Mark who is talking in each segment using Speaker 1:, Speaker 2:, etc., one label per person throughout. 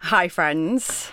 Speaker 1: Hi, friends.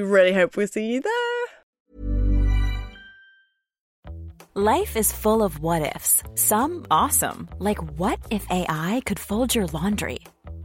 Speaker 1: really hope we'll see you there.
Speaker 2: Life is full of what ifs. Some awesome, like what if AI could fold your laundry?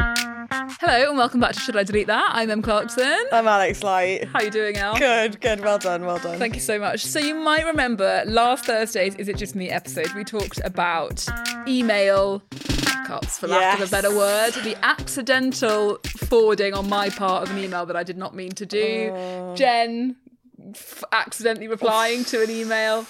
Speaker 3: Hello, and welcome back to Should I Delete That? I'm Em Clarkson.
Speaker 1: I'm Alex Light.
Speaker 3: How you doing, Al?
Speaker 1: Good, good. Well done, well done.
Speaker 3: Thank you so much. So you might remember last Thursday's Is It Just Me episode, we talked about email backups, for lack of a
Speaker 1: Yes.
Speaker 3: better word. The accidental forwarding on my part of an email that I did not mean to do. Jen f- accidentally replying to an email,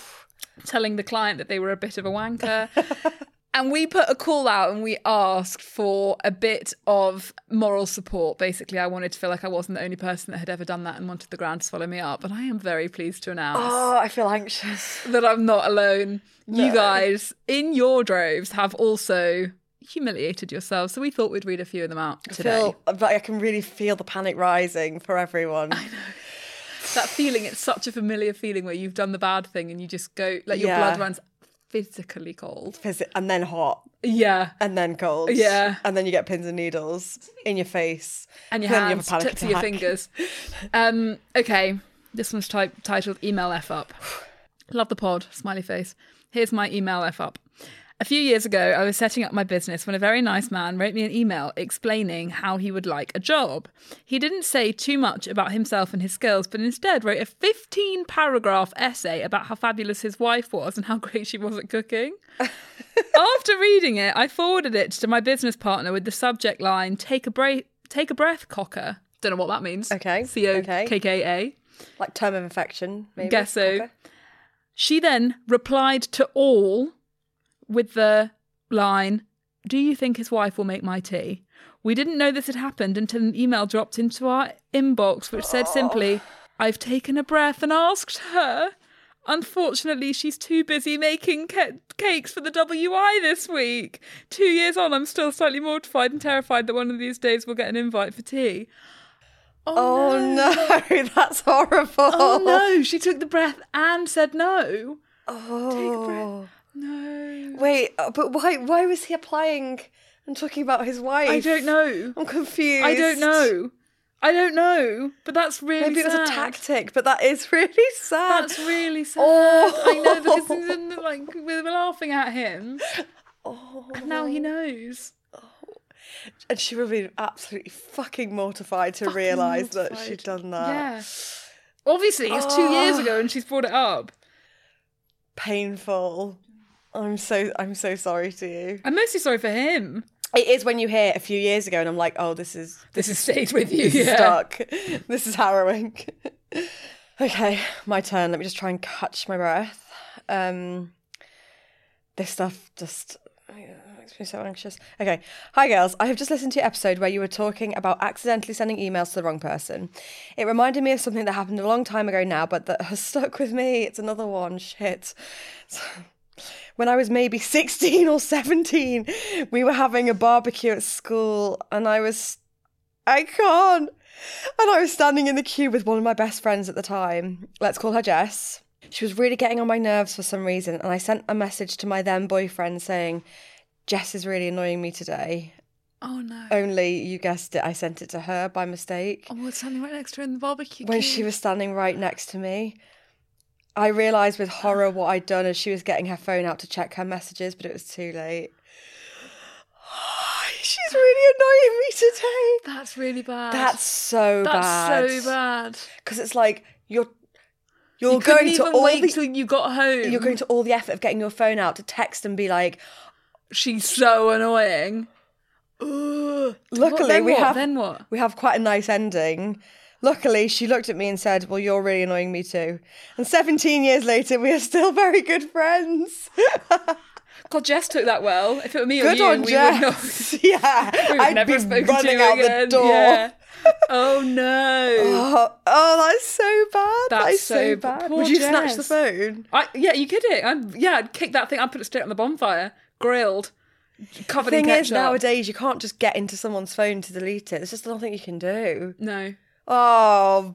Speaker 3: telling the client that they were a bit of a wanker. And we put a call out and we asked for a bit of moral support. Basically, I wanted to feel like I wasn't the only person that had ever done that and wanted the ground to swallow me up. And I am very pleased to announce
Speaker 1: Oh, I feel anxious.
Speaker 3: that I'm not alone. You guys in your droves have also humiliated yourselves. So we thought we'd read a few of them out
Speaker 1: I
Speaker 3: today.
Speaker 1: feel, but I can really feel the panic rising for everyone.
Speaker 3: that feeling, it's such a familiar feeling where you've done the bad thing and you just go, like your
Speaker 1: Yeah.
Speaker 3: blood runs physically cold.
Speaker 1: Phys- And then hot,
Speaker 3: Yeah.
Speaker 1: and then cold.
Speaker 3: Yeah.
Speaker 1: And then you get pins and needles in your face.
Speaker 3: and your
Speaker 1: then you have a
Speaker 3: hands,
Speaker 1: panic
Speaker 3: tips of your
Speaker 1: attack.
Speaker 3: fingers. Um, okay, this one's type, titled "Email F Up." Love the pod, smiley face. Here's my email F up. A few years ago, I was setting up my business when a very nice man wrote me an email explaining how he would like a job. He didn't say too much about himself and his skills, but instead wrote a 15 paragraph essay about how fabulous his wife was and how great she was at cooking. After reading it, I forwarded it to my business partner with the subject line "Take a break, take a breath, cocker." Don't know what that means.
Speaker 1: Okay,
Speaker 3: C O
Speaker 1: okay.
Speaker 3: K K A.
Speaker 1: Like term of infection, maybe.
Speaker 3: Guess so.
Speaker 1: Proper.
Speaker 3: She then replied to all with the line, Do you think his wife will make my tea? We didn't know this had happened until an email dropped into our inbox, which said simply, I've taken a breath and asked her. Unfortunately, she's too busy making ca- cakes for the WI this week. Two years on, I'm still slightly mortified and terrified that one of these days we'll get an invite for tea.
Speaker 1: Oh no, that's horrible.
Speaker 3: Oh no, she took the breath and said no. Take a
Speaker 1: Oh.
Speaker 3: breath. No.
Speaker 1: Wait, uh, but why why was he applying and talking about his wife?
Speaker 3: I don't know.
Speaker 1: I'm confused.
Speaker 3: I don't know. I don't know. But that's really
Speaker 1: Maybe it was a
Speaker 3: sad.
Speaker 1: tactic, but that is really sad.
Speaker 3: That's really sad.
Speaker 1: Oh.
Speaker 3: I know because it's in the- like we were laughing at him,
Speaker 1: Oh.
Speaker 3: and now he knows.
Speaker 1: And she would have been absolutely fucking mortified to realise that she'd done that.
Speaker 3: Yeah. Obviously, it's two years ago,
Speaker 1: oh.
Speaker 3: and she's brought it up.
Speaker 1: Painful. I'm so I'm so sorry to you.
Speaker 3: I'm mostly sorry for him.
Speaker 1: It is when you hear a few years ago and I'm like, oh, this is
Speaker 3: This has stayed with you.
Speaker 1: this is
Speaker 3: yeah.
Speaker 1: stuck. This is harrowing. okay, my turn. Let me just try and catch my breath. Um, this stuff just uh, makes me so anxious. Okay. Hi, girls. I have just listened to your episode where you were talking about accidentally sending emails to the wrong person. It reminded me of something that happened a long time ago now, but that has stuck with me. It's another one. Shit. When I was maybe 16 or 17, we were having a barbecue at school, and I was I can't. And I was standing in the queue with one of my best friends at the time. Let's call her Jess. She was really getting on my nerves for some reason, and I sent a message to my then boyfriend saying, Jess is really annoying me today.
Speaker 3: Oh no.
Speaker 1: Only you guessed it, I sent it to her by mistake
Speaker 3: Oh, it's standing right next to her in the barbecue.
Speaker 1: when she was standing right next to me. I realised with horror what I'd done as she was getting her phone out to check her messages, but it was too late. She's really annoying me today.
Speaker 3: That's really bad.
Speaker 1: That's so
Speaker 3: That's
Speaker 1: bad.
Speaker 3: so bad.
Speaker 1: Because it's like you're you're
Speaker 3: You couldn't
Speaker 1: going to
Speaker 3: even
Speaker 1: all
Speaker 3: wait
Speaker 1: the
Speaker 3: till you got home.
Speaker 1: you're going to all the effort of getting your phone out to text and be like,
Speaker 3: She's so annoying. Ugh.
Speaker 1: Luckily,
Speaker 3: What, then
Speaker 1: we
Speaker 3: what?
Speaker 1: have-
Speaker 3: Then what?
Speaker 1: we have quite a nice ending. Luckily, she looked at me and said, Well, you're really annoying me too. And 17 years later, we are still very good friends.
Speaker 3: God, Jess took that well. If it were me
Speaker 1: Good
Speaker 3: or you,
Speaker 1: on
Speaker 3: we would not.
Speaker 1: Jess. yeah.
Speaker 3: We've
Speaker 1: I'd
Speaker 3: never
Speaker 1: be
Speaker 3: spoken
Speaker 1: running
Speaker 3: to you
Speaker 1: out
Speaker 3: again.
Speaker 1: the door.
Speaker 3: Yeah. Oh no.
Speaker 1: Oh, oh, that's so bad. That's
Speaker 3: That's
Speaker 1: so,
Speaker 3: so
Speaker 1: bad.
Speaker 3: poor
Speaker 1: Would you snatch the
Speaker 3: Jess.
Speaker 1: phone?
Speaker 3: I, yeah, you kid it. I'm yeah, I'd kick that thing. I'd put it straight on the bonfire, grilled, covered
Speaker 1: Thing
Speaker 3: in ketchup.
Speaker 1: is, nowadays you can't just get into someone's phone to delete it. There's just nothing you can do.
Speaker 3: no.
Speaker 1: Oh,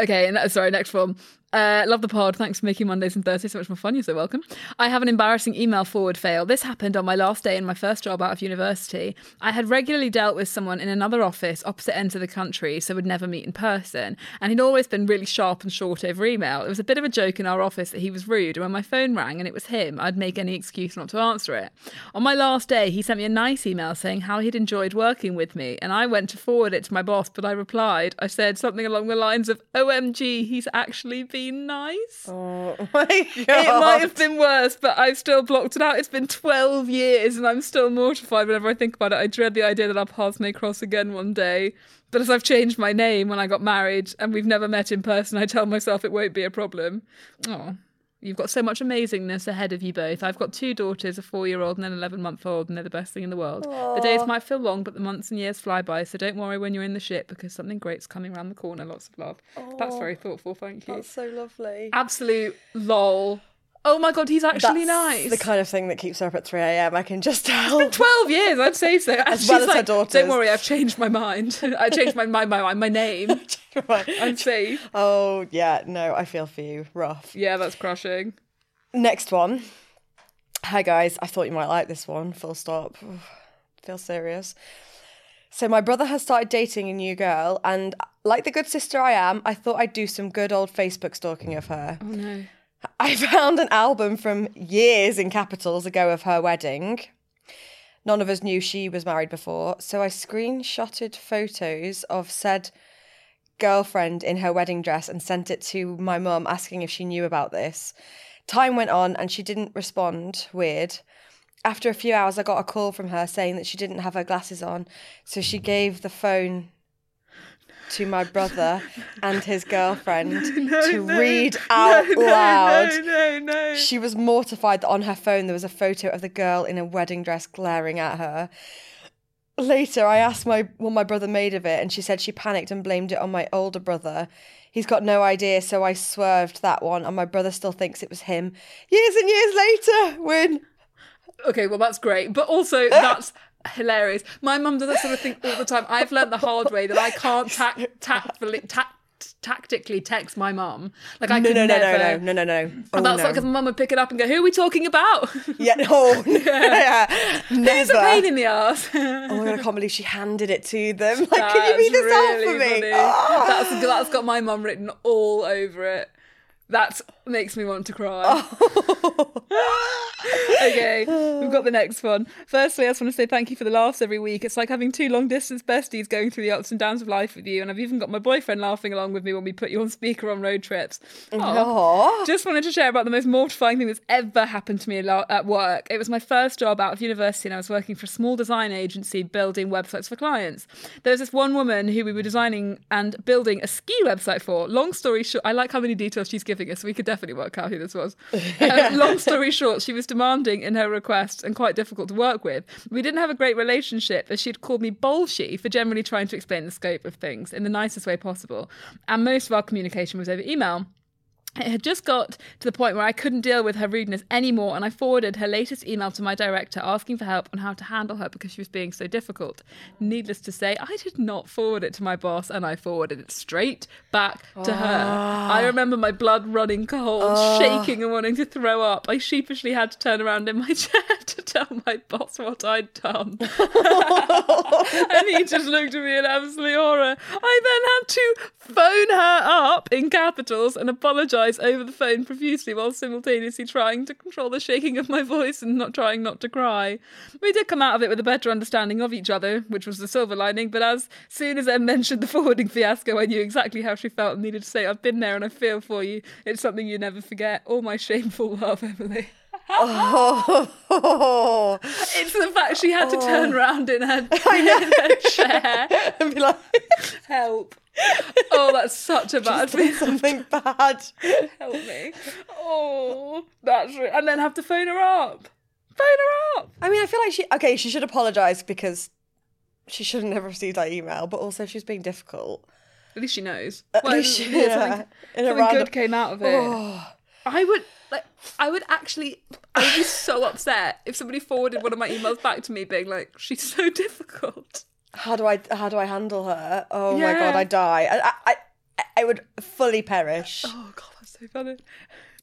Speaker 3: Okay, and that, sorry, next one. Uh, love the pod. Thanks for making Mondays and Thursdays so much more fun. You're so welcome. I have an embarrassing email forward fail. This happened on my last day in my first job out of university. I had regularly dealt with someone in another office, opposite ends of the country, so would never meet in person. And he'd always been really sharp and short over email. It was a bit of a joke in our office that he was rude. And when my phone rang and it was him, I'd make any excuse not to answer it. On my last day, he sent me a nice email saying how he'd enjoyed working with me. And I went to forward it to my boss, but I replied. I said something along the lines of, OMG, he's actually been nice.
Speaker 1: oh my god.
Speaker 3: It might have been worse, but I've still blocked it out. It's been 12 years and I'm still mortified whenever I think about it. I dread the idea that our paths may cross again one day. But as I've changed my name when I got married and we've never met in person, I tell myself it won't be a problem. Oh, you've got so much amazingness ahead of you both. I've got two daughters, a four year old and an 11 month old, and they're the best thing in the world. The days might feel long, but the months and years fly by, so don't worry when you're in the ship because something great's coming round the corner. Lots of love. That's very thoughtful, thank you
Speaker 1: That's so lovely.
Speaker 3: absolute lol. Oh my god, he's actually nice.
Speaker 1: The kind of thing that keeps her up at 3 a.m. I can just tell.
Speaker 3: Twelve years, I'd say so. As
Speaker 1: well as her daughters.
Speaker 3: Don't worry, I've changed my mind. I changed my my my, my name. I'm safe.
Speaker 1: oh, yeah. No, I feel for you. Rough.
Speaker 3: Yeah, that's crushing.
Speaker 1: Next one. Hi guys, I thought you might like this one. Full stop. Feel serious. So my brother has started dating a new girl, and like the good sister I am, I thought I'd do some good old Facebook stalking of her.
Speaker 3: Oh no.
Speaker 1: I found an album from years in capitals ago of her wedding. None of us knew she was married before, so I screenshotted photos of said girlfriend in her wedding dress and sent it to my mum asking if she knew about this. Time went on and she didn't respond. Weird. After a few hours, I got a call from her saying that she didn't have her glasses on, so she gave the phone to my brother and his girlfriend to read out loud.
Speaker 3: No, no, no.
Speaker 1: She was mortified that on her phone there was a photo of the girl in a wedding dress glaring at her. Later, I asked my what my brother made of it, and she said she panicked and blamed it on my older brother. He's got no idea, so I swerved that one, and my brother still thinks it was him. Years and years later, when
Speaker 3: Okay, well that's great, but also that's hilarious. My mum does that sort of thing all the time. I've learnt the hard way that I can't tac- tactfully tact tactically text my mum. Like I
Speaker 1: no,
Speaker 3: could
Speaker 1: no, no,
Speaker 3: never.
Speaker 1: no, no, no, no, no. Oh,
Speaker 3: And that's
Speaker 1: no.
Speaker 3: because my mum would pick it up and go, "Who are we talking about?"
Speaker 1: yeah, no, yeah, never.
Speaker 3: It's a pain in the ass.
Speaker 1: oh my god, I can't believe she handed it to them. Like, can you
Speaker 3: That's
Speaker 1: read this out for
Speaker 3: really
Speaker 1: me?
Speaker 3: funny.
Speaker 1: Ah!
Speaker 3: That's, that's got my mum written all over it. That makes me want to cry.
Speaker 1: Oh.
Speaker 3: okay, we've got the next one. Firstly, I just want to say thank you for the laughs every week. It's like having two long distance besties going through the ups and downs of life with you. And I've even got my boyfriend laughing along with me when we put you on speaker on road trips. Aw. Just wanted to share about the most mortifying thing that's ever happened to me alo- at work. It was my first job out of university, and I was working for a small design agency building websites for clients. There was this one woman who we were designing and building a ski website for. Long story short, I like how many details she's giving us. We could definitely work out who this was. Um, long story short, she was demanding in her request and quite difficult to work with. We didn't have a great relationship, as she'd called me bolshy for generally trying to explain the scope of things in the nicest way possible. And most of our communication was over email. It had just got to the point where I couldn't deal with her rudeness anymore, and I forwarded her latest email to my director asking for help on how to handle her because she was being so difficult. Needless to say, I did not forward it to my boss, and I forwarded it straight back to her. I remember my blood running cold, shaking, and wanting to throw up. I sheepishly had to turn around in my chair to tell my boss what I'd done. and he just looked at me in absolute horror. I then had to phone her up in capitals and apologise apologize over the phone profusely while simultaneously trying to control the shaking of my voice and not trying not to cry. We did come out of it with a better understanding of each other, which was the silver lining, but as soon as Em mentioned the forwarding fiasco, I knew exactly how she felt and needed to say, I've been there and I feel for you. It's something you never forget. All my shameful love, Emily.
Speaker 1: Oh,
Speaker 3: It's the fact she had to turn round in her, in her chair.
Speaker 1: and be like,
Speaker 3: Help. Oh, that's such a bad
Speaker 1: did something bad.
Speaker 3: help me. Oh, that's re- and then have to phone her up. Phone her up.
Speaker 1: I mean, I feel like she okay. She should apologise because she shouldn't have received that email. But also, she's being difficult.
Speaker 3: At least she knows.
Speaker 1: At least she-
Speaker 3: something-
Speaker 1: yeah, in a Oh.
Speaker 3: something,
Speaker 1: roundup.
Speaker 3: good came out of it. I would like. I would actually. I would be so upset if somebody forwarded one of my emails back to me, being like, "She's so difficult."
Speaker 1: How do I? How do I handle her? Oh my
Speaker 3: Yeah.
Speaker 1: god, I die. I, I, I, I would fully perish.
Speaker 3: Oh god, that's so funny.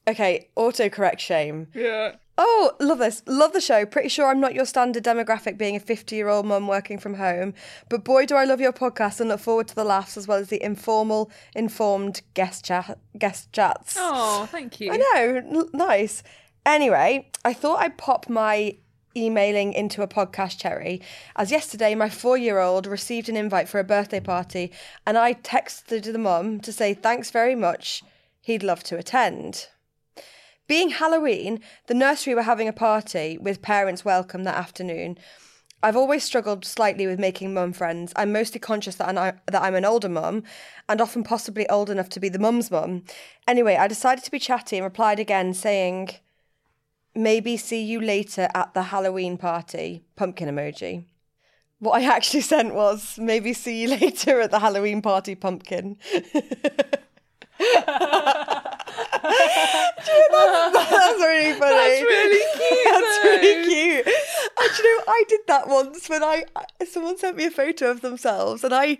Speaker 1: Okay, autocorrect shame.
Speaker 3: Yeah.
Speaker 1: Oh, love this. Love the show. Pretty sure I'm not your standard demographic being a 50 year old mum working from home. But boy, do I love your podcast and look forward to the laughs as well as the informal, informed guest, chat, guest chats.
Speaker 3: Oh, thank you.
Speaker 1: I know, n- nice. Anyway, I thought I'd pop my emailing into a podcast cherry as yesterday my four year old received an invite for a birthday party and I texted the mum to say thanks very much, he'd love to attend. Being Halloween, the nursery were having a party with parents welcome that afternoon. I've always struggled slightly with making mum friends. I'm mostly conscious that I'm, that I'm an older mum and often possibly old enough to be the mum's mum. Anyway, I decided to be chatty and replied again saying, maybe see you later at the Halloween party, pumpkin emoji. What I actually sent was, maybe see you later at the Halloween party, pumpkin. That's really funny.
Speaker 3: That's really cute.
Speaker 1: That's really cute. And do you know, I did that once when I someone sent me a photo of themselves, and I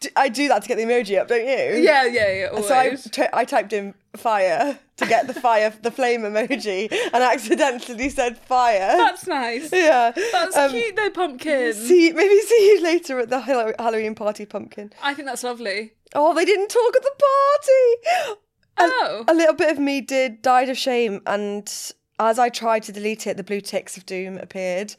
Speaker 1: d- I do that to get the emoji up, don't you?
Speaker 3: Yeah, yeah, yeah. Always.
Speaker 1: So I t- I typed in fire to get the fire the flame emoji, and I accidentally said fire.
Speaker 3: That's nice.
Speaker 1: yeah.
Speaker 3: That's
Speaker 1: Um,
Speaker 3: cute though, pumpkin.
Speaker 1: See, maybe see you later at the Hallo- Halloween party, pumpkin.
Speaker 3: I think that's lovely.
Speaker 1: Oh, they didn't talk at the party.
Speaker 3: Oh.
Speaker 1: A little bit of me did died of shame, and as I tried to delete it, the blue ticks of doom appeared.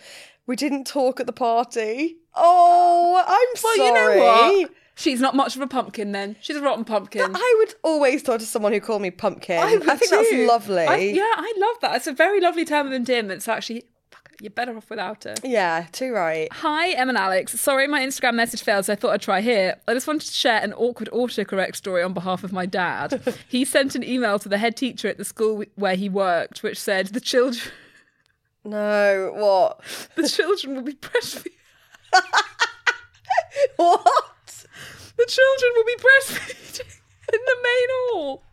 Speaker 1: We didn't talk at the party. Oh, I'm
Speaker 3: Well,
Speaker 1: sorry.
Speaker 3: you know what? She's not much of a pumpkin then. She's a rotten pumpkin.
Speaker 1: I would always talk to someone who called me pumpkin. I,
Speaker 3: would
Speaker 1: think that's
Speaker 3: too.
Speaker 1: lovely.
Speaker 3: I- yeah, I love that. It's a very lovely term of endearment. So actually, fuck, you're better off without her.
Speaker 1: Yeah, too right.
Speaker 3: Hi, Em and Alex. Sorry my Instagram message failed, so I thought I'd try here. I just wanted to share an awkward autocorrect story on behalf of my dad. he sent an email to the head teacher at the school where he worked, which said the children
Speaker 1: No, what?
Speaker 3: the children will be breastfeeding.
Speaker 1: What?
Speaker 3: The children will be breastfeeding in the main hall.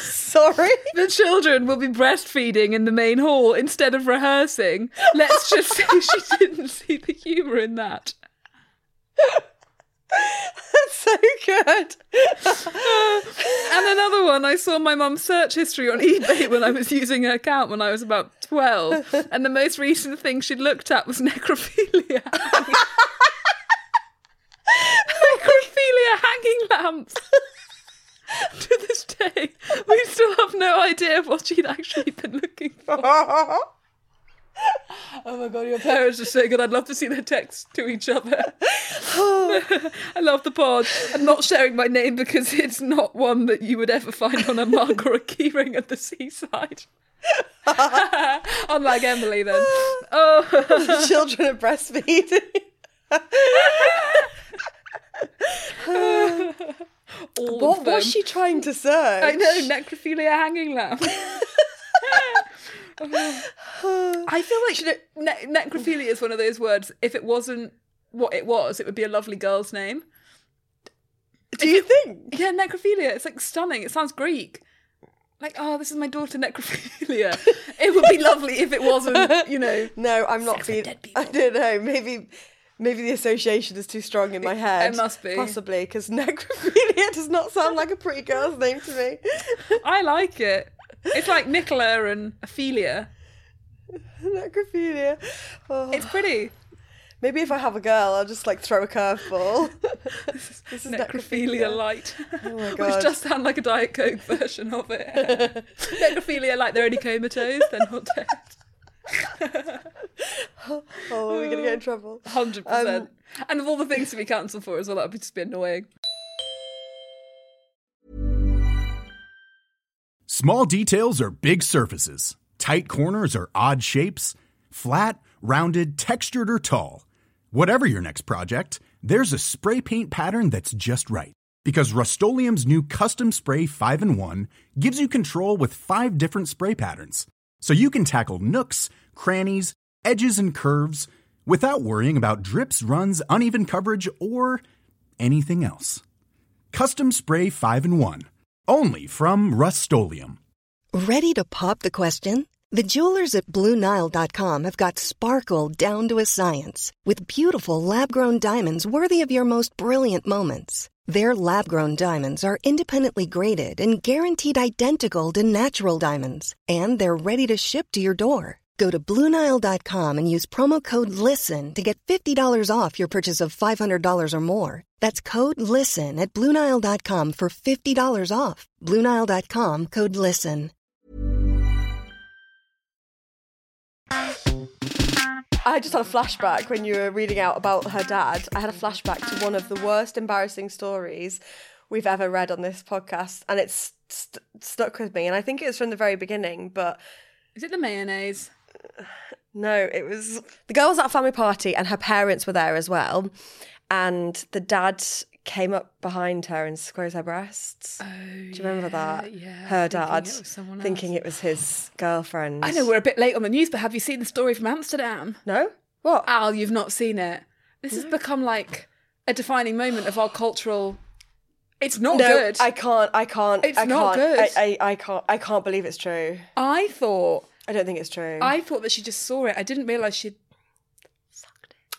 Speaker 1: Sorry?
Speaker 3: The children will be breastfeeding in the main hall instead of rehearsing. Let's just say she didn't see the humour in that.
Speaker 1: That's so good.
Speaker 3: And another one, I saw my mum's search history on eBay when I was using her account when I was about 12. And the most recent thing she looked at was necrophilia. necrophilia hanging lamps. to this day, we still have no idea what she'd actually been looking for. Oh my god, your parents are so good. I'd love to see their texts to each other. I love the pod. I'm not sharing my name because it's not one that you would ever find on a mug or a keyring at the seaside. Unlike Emily, then. Oh,
Speaker 1: The children are breastfeeding.
Speaker 3: all of
Speaker 1: What
Speaker 3: them.
Speaker 1: was she trying to search?
Speaker 3: I know, necrophilia hanging lamp. I feel like you know, ne- necrophilia is one of those words. If it wasn't what it was, it would be a lovely girl's name.
Speaker 1: Do you think?
Speaker 3: Yeah, necrophilia. It's like stunning. It sounds Greek. Like, oh, this is my daughter, necrophilia. it would be lovely if it wasn't, you know.
Speaker 1: No, I'm not
Speaker 3: Sex with
Speaker 1: being.
Speaker 3: dead people.
Speaker 1: I don't know. Maybe. Maybe the association is too strong in my head.
Speaker 3: must be.
Speaker 1: Possibly, because necrophilia does not sound like a pretty girl's name to me.
Speaker 3: I like it. It's like Nicola and Ophelia.
Speaker 1: necrophilia. Oh.
Speaker 3: It's pretty.
Speaker 1: Maybe if I have a girl, I'll just like throw a curveball. This is
Speaker 3: necrophilia light,
Speaker 1: Oh my
Speaker 3: which
Speaker 1: God.
Speaker 3: just sound like a Diet Coke version of it. necrophilia light, they're only comatose, they're not dead.
Speaker 1: Oh, we're gonna get in trouble.
Speaker 3: 100%. Um, and of all the things to be cancelled for as well, that would just be annoying.
Speaker 4: Small details are big surfaces. Tight corners are odd shapes. Flat, rounded, textured, or tall. Whatever your next project, there's a spray paint pattern that's just right. Because Rust new Custom Spray 5 in 1 gives you control with five different spray patterns. So you can tackle nooks, crannies, edges, and curves without worrying about drips, runs, uneven coverage, or anything else. Custom Spray 5 in 1. Only from Rust
Speaker 5: Ready to pop the question? The jewelers at BlueNile.com have got sparkle down to a science with beautiful lab grown diamonds worthy of your most brilliant moments. Their lab grown diamonds are independently graded and guaranteed identical to natural diamonds, and they're ready to ship to your door. Go to BlueNile.com and use promo code LISTEN to get $50 off your purchase of $500 or more. That's code LISTEN at BlueNile.com for $50 off. BlueNile.com code LISTEN.
Speaker 1: I just had a flashback when you were reading out about her dad. I had a flashback to one of the worst embarrassing stories we've ever read on this podcast, and it's st- stuck with me. And I think it was from the very beginning, but
Speaker 3: Is it the mayonnaise?
Speaker 1: No, it was the girl was at a family party and her parents were there as well. And the dad came up behind her and squeezed her breasts. Do you remember that?
Speaker 3: Oh, yeah,
Speaker 1: Her
Speaker 3: thinking
Speaker 1: dad
Speaker 3: it was someone
Speaker 1: thinking
Speaker 3: else.
Speaker 1: it was his girlfriend.
Speaker 3: I know we're a bit late on the news, but have you seen the story from Amsterdam? Mm.
Speaker 1: No? What?
Speaker 3: Al, you've not seen it. This has become like a defining moment of our cultural. It's not
Speaker 1: no,
Speaker 3: good.
Speaker 1: I can't I can't
Speaker 3: It's
Speaker 1: I can't
Speaker 3: not good.
Speaker 1: I, I, I can't I can't believe it's true.
Speaker 3: I thought
Speaker 1: I don't think it's true.
Speaker 3: I thought that she just saw it. I didn't realize she.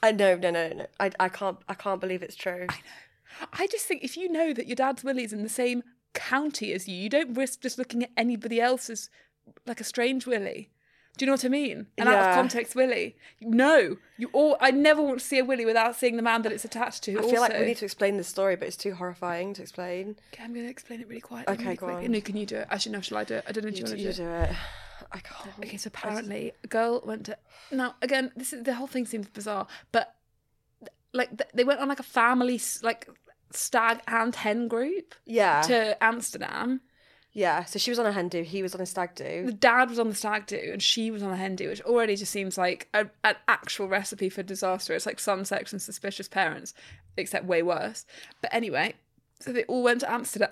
Speaker 1: I no no no no. I, I can't I can't believe it's true.
Speaker 3: I just think if you know that your dad's willy's in the same county as you, you don't risk just looking at anybody else's like a strange willy. Do you know what I mean? An out
Speaker 1: Yeah.
Speaker 3: of context willy. No, you all. I never want to see a willy without seeing the man that it's attached to.
Speaker 1: I feel like
Speaker 3: also.
Speaker 1: we need to explain this story, but it's too horrifying to explain.
Speaker 3: Okay, I'm going to explain it really quietly.
Speaker 1: Okay,
Speaker 3: really
Speaker 1: go
Speaker 3: quickly.
Speaker 1: on.
Speaker 3: No, can you do it? Actually, no, shall I do it? I don't know. Do you,
Speaker 1: You,
Speaker 3: want to
Speaker 1: you
Speaker 3: do it?
Speaker 1: do it. I can't.
Speaker 3: Okay, so apparently a girl went to. Now again, this is the whole thing seems bizarre, but like th- they went on like a family s- like stag and hen group
Speaker 1: Yeah.
Speaker 3: to Amsterdam.
Speaker 1: Yeah, so she was on a hen do, he was on a stag
Speaker 3: The
Speaker 1: do.
Speaker 3: dad was on the stag do and she was on the hen do, which already just seems like a, an actual recipe for disaster. It's like sun sex and suspicious parents, except way worse. But anyway, so they all went to Amsterdam.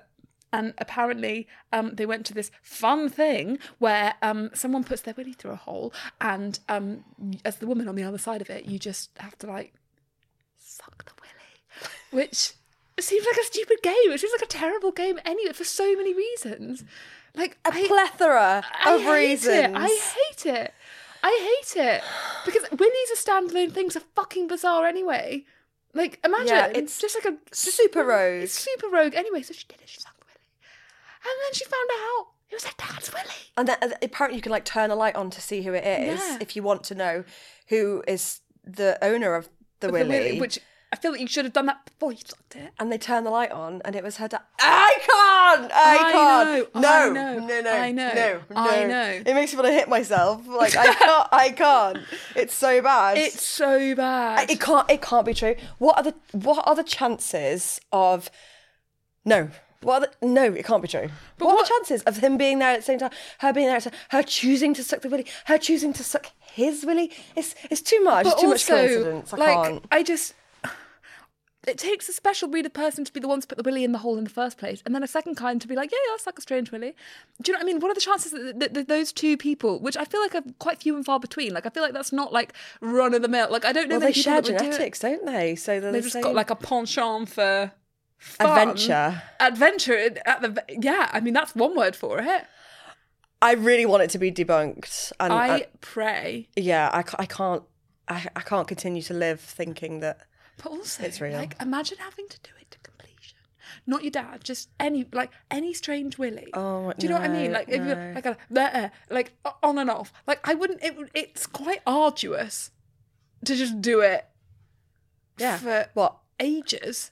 Speaker 3: And apparently, um, they went to this fun thing where um, someone puts their willy through a hole, and um, as the woman on the other side of it, you just have to like suck the willy, which seems like a stupid game. It seems like a terrible game anyway for so many reasons. Like
Speaker 1: A
Speaker 3: I-
Speaker 1: plethora
Speaker 3: I
Speaker 1: of
Speaker 3: hate
Speaker 1: reasons.
Speaker 3: It. I hate it. I hate it because Winnie's a standalone thing's are fucking bizarre anyway. Like imagine
Speaker 1: Yeah,
Speaker 3: it's
Speaker 1: it's
Speaker 3: just like a just-
Speaker 1: super rogue.
Speaker 3: It's super rogue anyway. So she did it. She sucked Willie, and then she found out it was her dad's Willie.
Speaker 1: and then, apparently, you can like turn a light on to see who it is
Speaker 3: Yeah.
Speaker 1: if you want to know who is the owner of the
Speaker 3: The
Speaker 1: willy.
Speaker 3: which I feel like you should have done that before you sucked it.
Speaker 1: and they turn the light on, and it was her dad. I can't. I
Speaker 3: I
Speaker 1: can't.
Speaker 3: know, I
Speaker 1: no,
Speaker 3: know,
Speaker 1: no, no.
Speaker 3: I know,
Speaker 1: No, no.
Speaker 3: I know.
Speaker 1: It makes me want to hit myself. Like I can't. I can't. It's so bad.
Speaker 3: It's so
Speaker 1: I-
Speaker 3: bad.
Speaker 1: It can't. It can't be true. What are the What are the chances of? No. What? Are the, no, it can't be true. But what, are the chances of him being there at the same time? Her being there at the same Her choosing to suck the willy. Her choosing to suck his willy. It's it's too much.
Speaker 3: but
Speaker 1: it's too
Speaker 3: also,
Speaker 1: much coincidence. I
Speaker 3: like
Speaker 1: can't.
Speaker 3: I just. It takes a special breed of person to be the one to put the willy in the hole in the first place, and then a second kind to be like, "Yeah, yeah, I'll suck a strange willy." Do you know what I mean? What are the chances that, that, that those two people, which I feel like are quite few and far between, like I feel like that's not like run of the mill. Like I don't know.
Speaker 1: Well, they
Speaker 3: many people
Speaker 1: share
Speaker 3: that would do it.
Speaker 1: genetics, do not they? So they're
Speaker 3: They've
Speaker 1: the
Speaker 3: just
Speaker 1: same-
Speaker 3: got like a penchant for fun.
Speaker 1: Adventure.
Speaker 3: Adventure at the yeah. I mean, that's one word for it.
Speaker 1: I really want it to be debunked, and uh,
Speaker 3: I
Speaker 1: and-
Speaker 3: pray
Speaker 1: yeah, I, ca- I can't. I, I can't continue to live thinking that.
Speaker 3: But also,
Speaker 1: It's real.
Speaker 3: like, imagine having to do it to completion. Not your dad, just any like any strange Willy.
Speaker 1: Oh,
Speaker 3: do you know what I mean?
Speaker 1: no,
Speaker 3: Like, if you're
Speaker 1: no.
Speaker 3: like a, there, like o- on and off. Like, I wouldn't. It, would- it's quite arduous to just do it
Speaker 1: Yeah.
Speaker 3: for
Speaker 1: What?
Speaker 3: ages.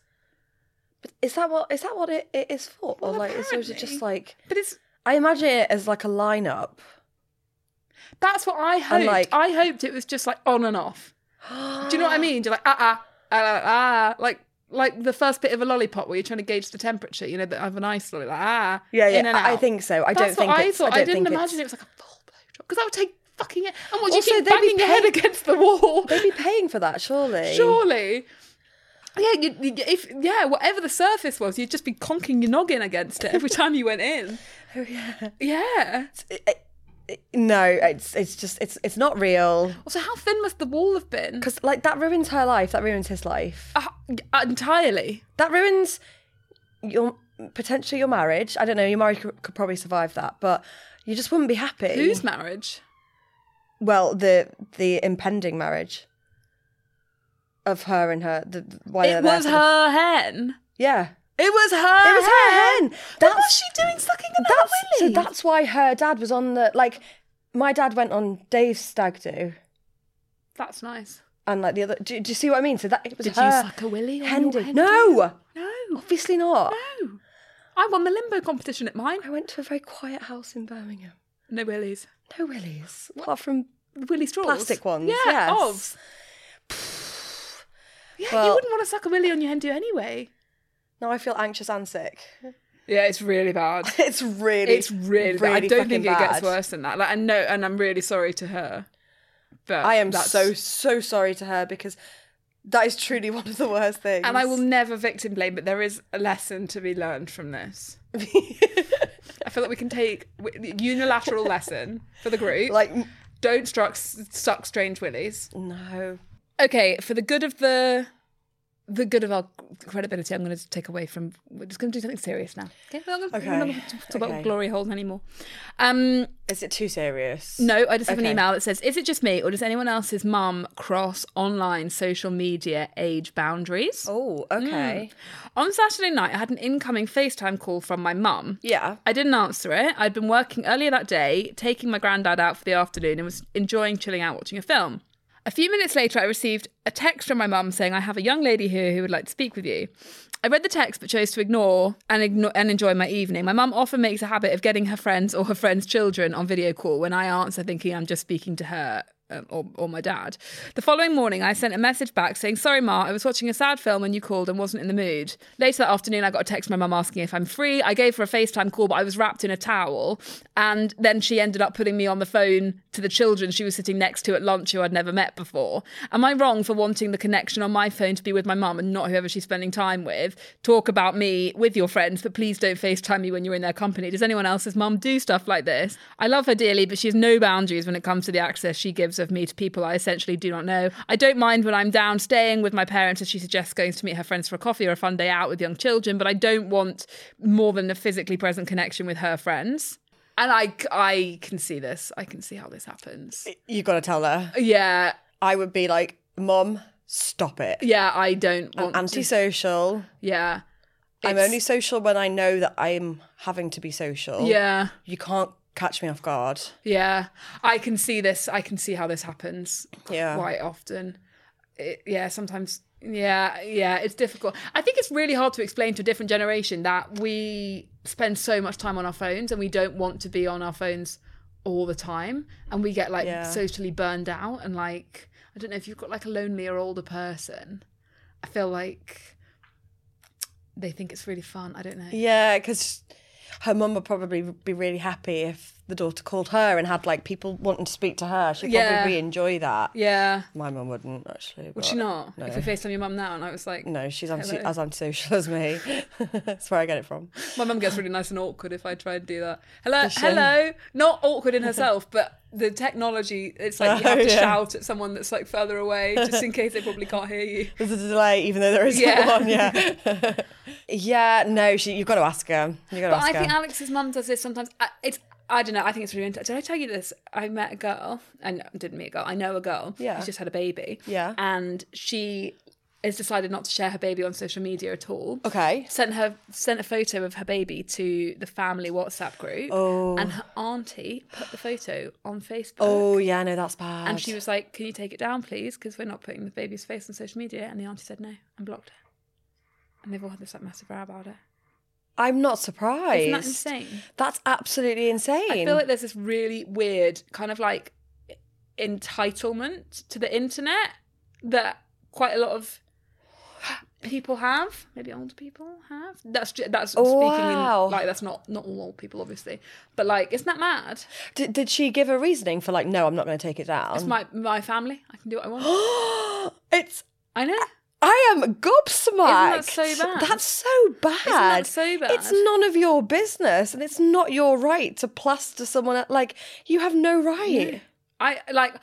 Speaker 1: But is that what is that what it, it is for? Or
Speaker 3: Well,
Speaker 1: like is it just
Speaker 3: apparently.
Speaker 1: like
Speaker 3: But it's
Speaker 1: I imagine it as like a lineup.
Speaker 3: that's what I hoped.
Speaker 1: like-
Speaker 3: I hoped it was just like on and off. Do you know what I mean? You're like ah ah ah ah, ah like like the first bit of a lollipop where you're trying to gauge the temperature. You know, that of an ice lolly, like ah
Speaker 1: Yeah, yeah.
Speaker 3: in and
Speaker 1: I- I
Speaker 3: out.
Speaker 1: think so. I
Speaker 3: That's
Speaker 1: don't think
Speaker 3: what I
Speaker 1: it's- I
Speaker 3: thought. I,
Speaker 1: don't
Speaker 3: didn't
Speaker 1: think
Speaker 3: imagine it
Speaker 1: it's-
Speaker 3: was like a full blowjob because that would take fucking. it. And what
Speaker 1: Also,
Speaker 3: you keep
Speaker 1: they'd be
Speaker 3: banging your head
Speaker 1: paying-
Speaker 3: against the wall?
Speaker 1: They'd be paying for that, surely.
Speaker 3: Surely. Yeah, you, you- if yeah, whatever the surface was, you'd just be conking your noggin against it every time you went in.
Speaker 1: Oh, yeah.
Speaker 3: Yeah.
Speaker 1: No, it's it's just it's it's not real.
Speaker 3: Also, how thin must the wall have been?
Speaker 1: Because like that ruins her life. That ruins his life.
Speaker 3: Uh, entirely.
Speaker 1: That ruins your potentially your marriage. I don't know. Your marriage could, could probably survive that, but you just wouldn't be happy.
Speaker 3: Whose marriage?
Speaker 1: Well, the the impending marriage of her and her. The, the- why they're
Speaker 3: it
Speaker 1: there
Speaker 3: was
Speaker 1: for the-
Speaker 3: her hen.
Speaker 1: yeah.
Speaker 3: It was her.
Speaker 1: It was her hen.
Speaker 3: What was she doing sucking at that
Speaker 1: That's so. That's why her dad was on the like. My dad went on Dave's stag do,
Speaker 3: that's nice.
Speaker 1: and like the other. Do, do you see what I mean? So that it was
Speaker 3: Did you
Speaker 1: her
Speaker 3: suck a willy on
Speaker 1: hen
Speaker 3: your
Speaker 1: do-
Speaker 3: hen
Speaker 1: No,
Speaker 3: No.
Speaker 1: obviously not.
Speaker 3: No. I won the limbo competition at mine.
Speaker 1: I went to a very quiet house in Birmingham.
Speaker 3: No willies.
Speaker 1: No willies, apart from
Speaker 3: Willy straws.
Speaker 1: plastic ones.
Speaker 3: Yeah.
Speaker 1: yes.
Speaker 3: Of. Yeah, you
Speaker 1: Well-
Speaker 3: wouldn't want to suck a willy on your hen do anyway.
Speaker 1: Now I feel anxious and sick.
Speaker 3: Yeah, it's really bad.
Speaker 1: It's really,
Speaker 3: It's really, bad. I don't
Speaker 1: fucking
Speaker 3: think it gets
Speaker 1: bad.
Speaker 3: worse than that. Like, and no, and I'm really sorry to her. But
Speaker 1: I am
Speaker 3: that's-
Speaker 1: so so sorry to her because that is truly one of the worst things.
Speaker 3: and I will never victim blame, but there is a lesson to be learned from this. I feel like we can take w- unilateral lesson for the group.
Speaker 1: like
Speaker 3: don't struck, suck strange willies.
Speaker 1: no.
Speaker 3: Okay, for the good of the the good of our credibility, I'm going to take away from. We're just going to do something serious now. Okay, we're not going
Speaker 1: Okay,
Speaker 3: to talk about
Speaker 1: okay.
Speaker 3: glory holes anymore. Um,
Speaker 1: Is it too serious?
Speaker 3: No, I just have an
Speaker 1: Okay.
Speaker 3: email that says, Is it just me or does anyone else's mum cross online social media age boundaries? Hmm.
Speaker 1: Oh,
Speaker 3: Mm.
Speaker 1: okay.
Speaker 3: On Saturday night, I had an incoming FaceTime call from my mum.
Speaker 1: Yeah.
Speaker 3: I didn't answer it. I'd been working earlier that day, taking my granddad out for the afternoon and was enjoying chilling out watching a film. A few minutes later, I received a text from my mum saying, I have a young lady here who would like to speak with you. I read the text but chose to ignore and, igno- and enjoy my evening. My mum often makes a habit of getting her friends or her friends' children on video call when I answer, thinking I'm just speaking to her um, or, or my dad. The following morning, I sent a message back saying, Sorry, Ma, I was watching a sad film and you called and wasn't in the mood. Later that afternoon, I got a text from my mum asking if I'm free. I gave her a FaceTime call, but I was wrapped in a towel. And then she ended up putting me on the phone to the children she was sitting next to at lunch who I'd never met before. Am I wrong for wanting the connection on my phone to be with my mum and not whoever she's spending time with? Talk about me with your friends, but please don't FaceTime me when you're in their company. Does anyone else's mum do stuff like this? I love her dearly, but she has no boundaries when it comes to the access she gives of me to people I essentially do not know. I don't mind when I'm down staying with my parents as she suggests going to meet her friends for a coffee or a fun day out with young children, but I don't want more than a physically present connection with her friends. And I, I can see this. I can see how this happens.
Speaker 1: You gotta tell her.
Speaker 3: Yeah,
Speaker 1: I would be like, Mom, stop it.
Speaker 3: yeah, I don't
Speaker 1: I'm
Speaker 3: want to.
Speaker 1: antisocial.
Speaker 3: Yeah,
Speaker 1: I'm
Speaker 3: It's-
Speaker 1: only social when I know that I'm having to be social.
Speaker 3: yeah.
Speaker 1: You can't catch me off guard.
Speaker 3: Yeah, I can see this. I can see how this happens.
Speaker 1: Yeah.
Speaker 3: quite often. It, yeah, sometimes. Yeah, yeah, it's difficult. I think it's really hard to explain to a different generation that we spend so much time on our phones and we don't want to be on our phones all the time, and we get like
Speaker 1: Yeah.
Speaker 3: socially burned out. And like, I don't know if you've got like a lonelier older person. I feel like they think it's really fun. I don't know.
Speaker 1: Yeah, because her mum would probably be really happy if the daughter called her and had like people wanting to speak to her. She'd
Speaker 3: Yeah.
Speaker 1: probably enjoy that.
Speaker 3: Yeah.
Speaker 1: My mum wouldn't actually.
Speaker 3: Would
Speaker 1: but-
Speaker 3: she not?
Speaker 1: No.
Speaker 3: If we FaceTime your mum now, and I was like,
Speaker 1: no, she's anti-
Speaker 3: Hello.
Speaker 1: as antisocial as me. That's where I get it from.
Speaker 3: My mum gets really nice and awkward if I try and do that. Hello, hello. Not awkward in herself, but the technology. It's like you
Speaker 1: Oh,
Speaker 3: have to
Speaker 1: yeah.
Speaker 3: shout at someone that's like further away, just in case they probably can't hear you.
Speaker 1: There's a delay, even though there isn't
Speaker 3: Yeah.
Speaker 1: one. Yeah. yeah. No, she. You've got to ask her. You've got to
Speaker 3: But
Speaker 1: ask
Speaker 3: I
Speaker 1: her.
Speaker 3: think Alex's mum does this sometimes. I- It's I don't know. I think it's really interesting. Did I tell you this? I met a girl, and didn't meet a girl. I know a girl.
Speaker 1: Yeah.
Speaker 3: who's just had a baby.
Speaker 1: Yeah.
Speaker 3: and she has decided not to share her baby on social media at all.
Speaker 1: okay.
Speaker 3: sent her sent a photo of her baby to the family WhatsApp group, and her auntie put the photo on Facebook.
Speaker 1: Oh yeah, no, that's bad.
Speaker 3: And she was like, "Can you take it down, please? Because we're not putting the baby's face on social media." And the auntie said no and blocked her. and they've all had this like massive row about it.
Speaker 1: I'm not surprised.
Speaker 3: Isn't that insane?
Speaker 1: That's absolutely insane.
Speaker 3: I feel like there's this really weird kind of like entitlement to the internet that quite a lot of people have. Maybe older people have. That's ju- that's speaking
Speaker 1: Oh, Wow.
Speaker 3: in, like that's not not all old people obviously, but like isn't that mad?
Speaker 1: did, did she give a reasoning for like, no, I'm not going to take it down?
Speaker 3: It's my my family. I can do what I want.
Speaker 1: It's-
Speaker 3: I know.
Speaker 1: I am gobsmacked.
Speaker 3: so bad?
Speaker 1: That's so bad.
Speaker 3: that so bad?
Speaker 1: It's none of your business, and it's not your right to plaster someone. At, like you have no right.
Speaker 3: I like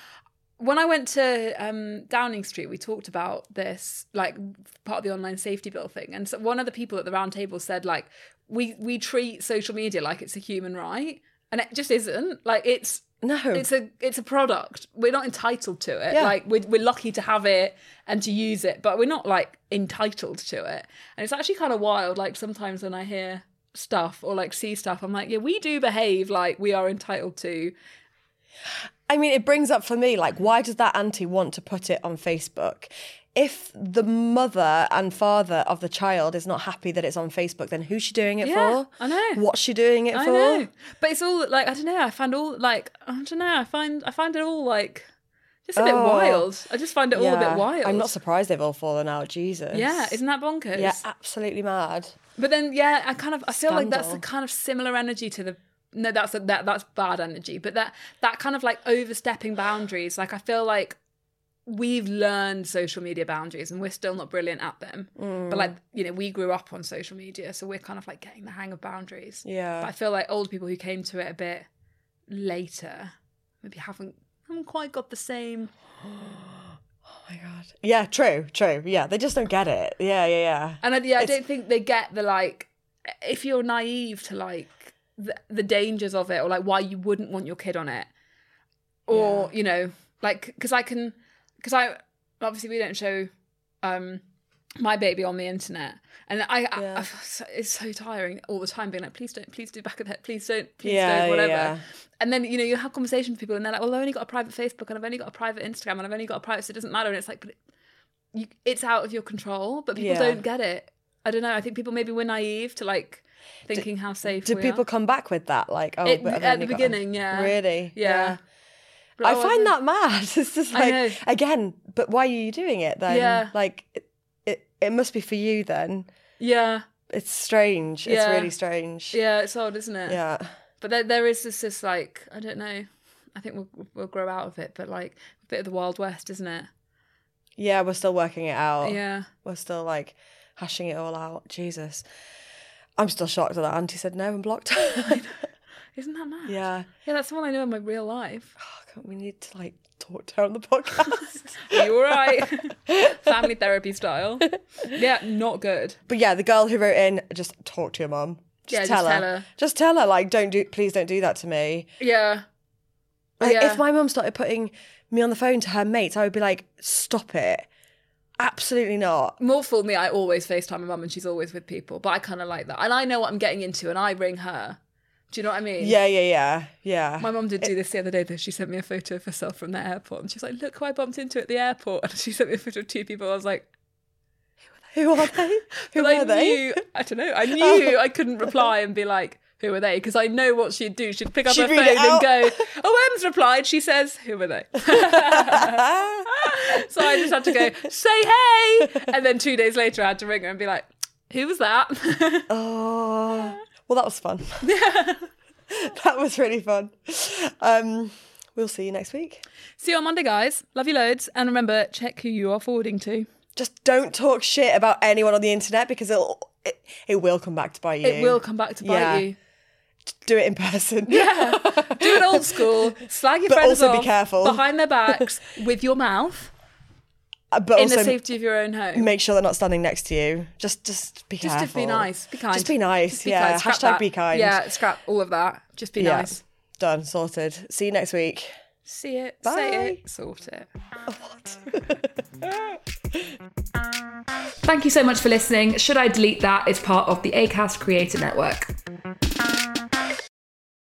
Speaker 3: when I went to um, Downing Street, we talked about this, like part of the online safety bill thing. And so one of the people at the round table said, like, we we treat social media like it's a human right, and it just isn't. Like, it's
Speaker 1: No.
Speaker 3: it's a it's a product. We're not entitled to it.
Speaker 1: Yeah.
Speaker 3: Like, we're we're lucky to have it and to use it, but we're not like entitled to it. And it's actually kind of wild. Like sometimes when I hear stuff or like see stuff, I'm like, yeah, we do behave like we are entitled to
Speaker 1: I mean, it brings up for me, like, why does that auntie want to put it on Facebook? If the mother and father of the child is not happy that it's on Facebook, then who's she doing it
Speaker 3: Yeah,
Speaker 1: for?
Speaker 3: I know.
Speaker 1: What's she doing it
Speaker 3: I
Speaker 1: for?
Speaker 3: know, but it's all like I don't know. I find all like I don't know. I find I find it all like just a bit
Speaker 1: Oh.
Speaker 3: wild. I just find it all a bit
Speaker 1: Yeah.
Speaker 3: wild.
Speaker 1: I'm not surprised they've all fallen out. Jesus.
Speaker 3: Yeah, isn't that bonkers?
Speaker 1: Yeah, absolutely mad.
Speaker 3: But then yeah, I kind of I feel like that's the
Speaker 1: Scandal.
Speaker 3: kind of similar energy to the no, that's a, that that's bad energy. But that that kind of like overstepping boundaries. Like I feel like we've learned social media boundaries and we're still not brilliant at them.
Speaker 1: Mm.
Speaker 3: But like you know, we grew up on social media, so we're kind of like getting the hang of boundaries.
Speaker 1: Yeah.
Speaker 3: But I feel like old people who came to it a bit later maybe haven't haven't quite got the same.
Speaker 1: Oh my God. Yeah, true, true. Yeah, they just don't get it. Yeah, yeah, yeah.
Speaker 3: And I, yeah, I
Speaker 1: It's-
Speaker 3: don't think they get the like. If you're naive to like the, the dangers of it, or like why you wouldn't want your kid on it, or you know, like because I can, because I obviously we don't show um my baby on the internet, and I, I, I
Speaker 1: Yeah.
Speaker 3: feel so, it's so tiring all the time being like, please don't, please do back of the head, please don't, please
Speaker 1: Yeah,
Speaker 3: don't, whatever.
Speaker 1: yeah.
Speaker 3: And then you know you have conversations with people, and they're like, well, I've only got a private Facebook, and I've only got a private Instagram, and I've only got a private, so it doesn't matter. And it's like, but it, you, it's out of your control, but people
Speaker 1: Yeah.
Speaker 3: don't get it. I don't know. I think people maybe were naive to like thinking how safe.
Speaker 1: Did
Speaker 3: we
Speaker 1: people
Speaker 3: are.
Speaker 1: come back with that? Like, oh,
Speaker 3: It-
Speaker 1: but I've
Speaker 3: at
Speaker 1: only
Speaker 3: the
Speaker 1: got them.
Speaker 3: beginning? Yeah,
Speaker 1: Really?
Speaker 3: yeah. But
Speaker 1: I
Speaker 3: oh,
Speaker 1: find
Speaker 3: no.
Speaker 1: that mad. It's just
Speaker 3: I know.
Speaker 1: like again, but why are you doing it then?
Speaker 3: Yeah.
Speaker 1: Like it, it, it must be for you then.
Speaker 3: Yeah,
Speaker 1: It's strange.
Speaker 3: Yeah.
Speaker 1: It's really strange.
Speaker 3: yeah. It's odd, isn't it?
Speaker 1: Yeah.
Speaker 3: But there, there is this, this like I don't know. I think we'll we'll grow out of it, but like a bit of the wild west, isn't it?
Speaker 1: Yeah, we're still working it out.
Speaker 3: Yeah.
Speaker 1: We're still like hashing it all out. Jesus. I'm still shocked that that auntie said no and blocked her.
Speaker 3: Isn't that mad?
Speaker 1: yeah.
Speaker 3: Yeah, that's someone I know in my real life.
Speaker 1: Oh, God, we need to like talk to her on the podcast.
Speaker 3: Are you all right? Family therapy style. Yeah, not good.
Speaker 1: but yeah, the girl who wrote in, just talk to your mum. Just,
Speaker 3: Yeah, just
Speaker 1: tell, her.
Speaker 3: tell her.
Speaker 1: Just tell her, like, don't do, please don't do that to me.
Speaker 3: Yeah.
Speaker 1: Like,
Speaker 3: Yeah.
Speaker 1: If my mum started putting me on the phone to her mates, I would be like, stop it. Absolutely not.
Speaker 3: More for me, I always FaceTime my mum and she's always with people, but I kind of like that. And I know what I'm getting into and I ring her. Do you know what I mean?
Speaker 1: Yeah, yeah, yeah, yeah.
Speaker 3: My mum did do this the other day though. She sent me a photo of herself from the airport and she's like, look who I bumped into at the airport. And she sent me a photo of two people. I was like,
Speaker 1: who are they? Who
Speaker 3: but I
Speaker 1: are they? Oh.
Speaker 3: knew, I don't know, I knew I couldn't reply and be like, who are they? Because I know what she'd do. She'd pick up
Speaker 1: She'd
Speaker 3: her
Speaker 1: read
Speaker 3: phone and
Speaker 1: it out.
Speaker 3: go, oh, Em's replied. She says, who are they? so I just had to go, say hey. And then two days later, I had to ring her and be like, who was that?
Speaker 1: Oh, well, that was fun. that was really fun. Um, we'll see you next week.
Speaker 3: See you on Monday, guys. Love you loads. And remember, check who you are forwarding to.
Speaker 1: Just don't talk shit about anyone on the internet because it'll it, it will come back to bite you.
Speaker 3: It will come back to bite
Speaker 1: Yeah.
Speaker 3: you.
Speaker 1: Do it in person.
Speaker 3: Yeah. Do it old school. Slag your
Speaker 1: But
Speaker 3: friends
Speaker 1: also be
Speaker 3: off
Speaker 1: careful.
Speaker 3: behind their backs with your mouth
Speaker 1: Uh, But
Speaker 3: in the
Speaker 1: also
Speaker 3: safety of your own home.
Speaker 1: make sure they're not standing next to you. Just just be
Speaker 3: Just
Speaker 1: careful.
Speaker 3: to be nice. Be kind.
Speaker 1: Just be nice.
Speaker 3: Just
Speaker 1: yeah.
Speaker 3: kind. Scrap
Speaker 1: Hashtag
Speaker 3: that.
Speaker 1: be kind.
Speaker 3: Yeah. Scrap all of that. Just be
Speaker 1: Yeah.
Speaker 3: nice.
Speaker 1: Done. Sorted. See you next week.
Speaker 3: See it.
Speaker 1: Bye.
Speaker 3: Say it. Sort it. Thank you so much for listening. Should I delete that? It's part of the Acast Creator Network.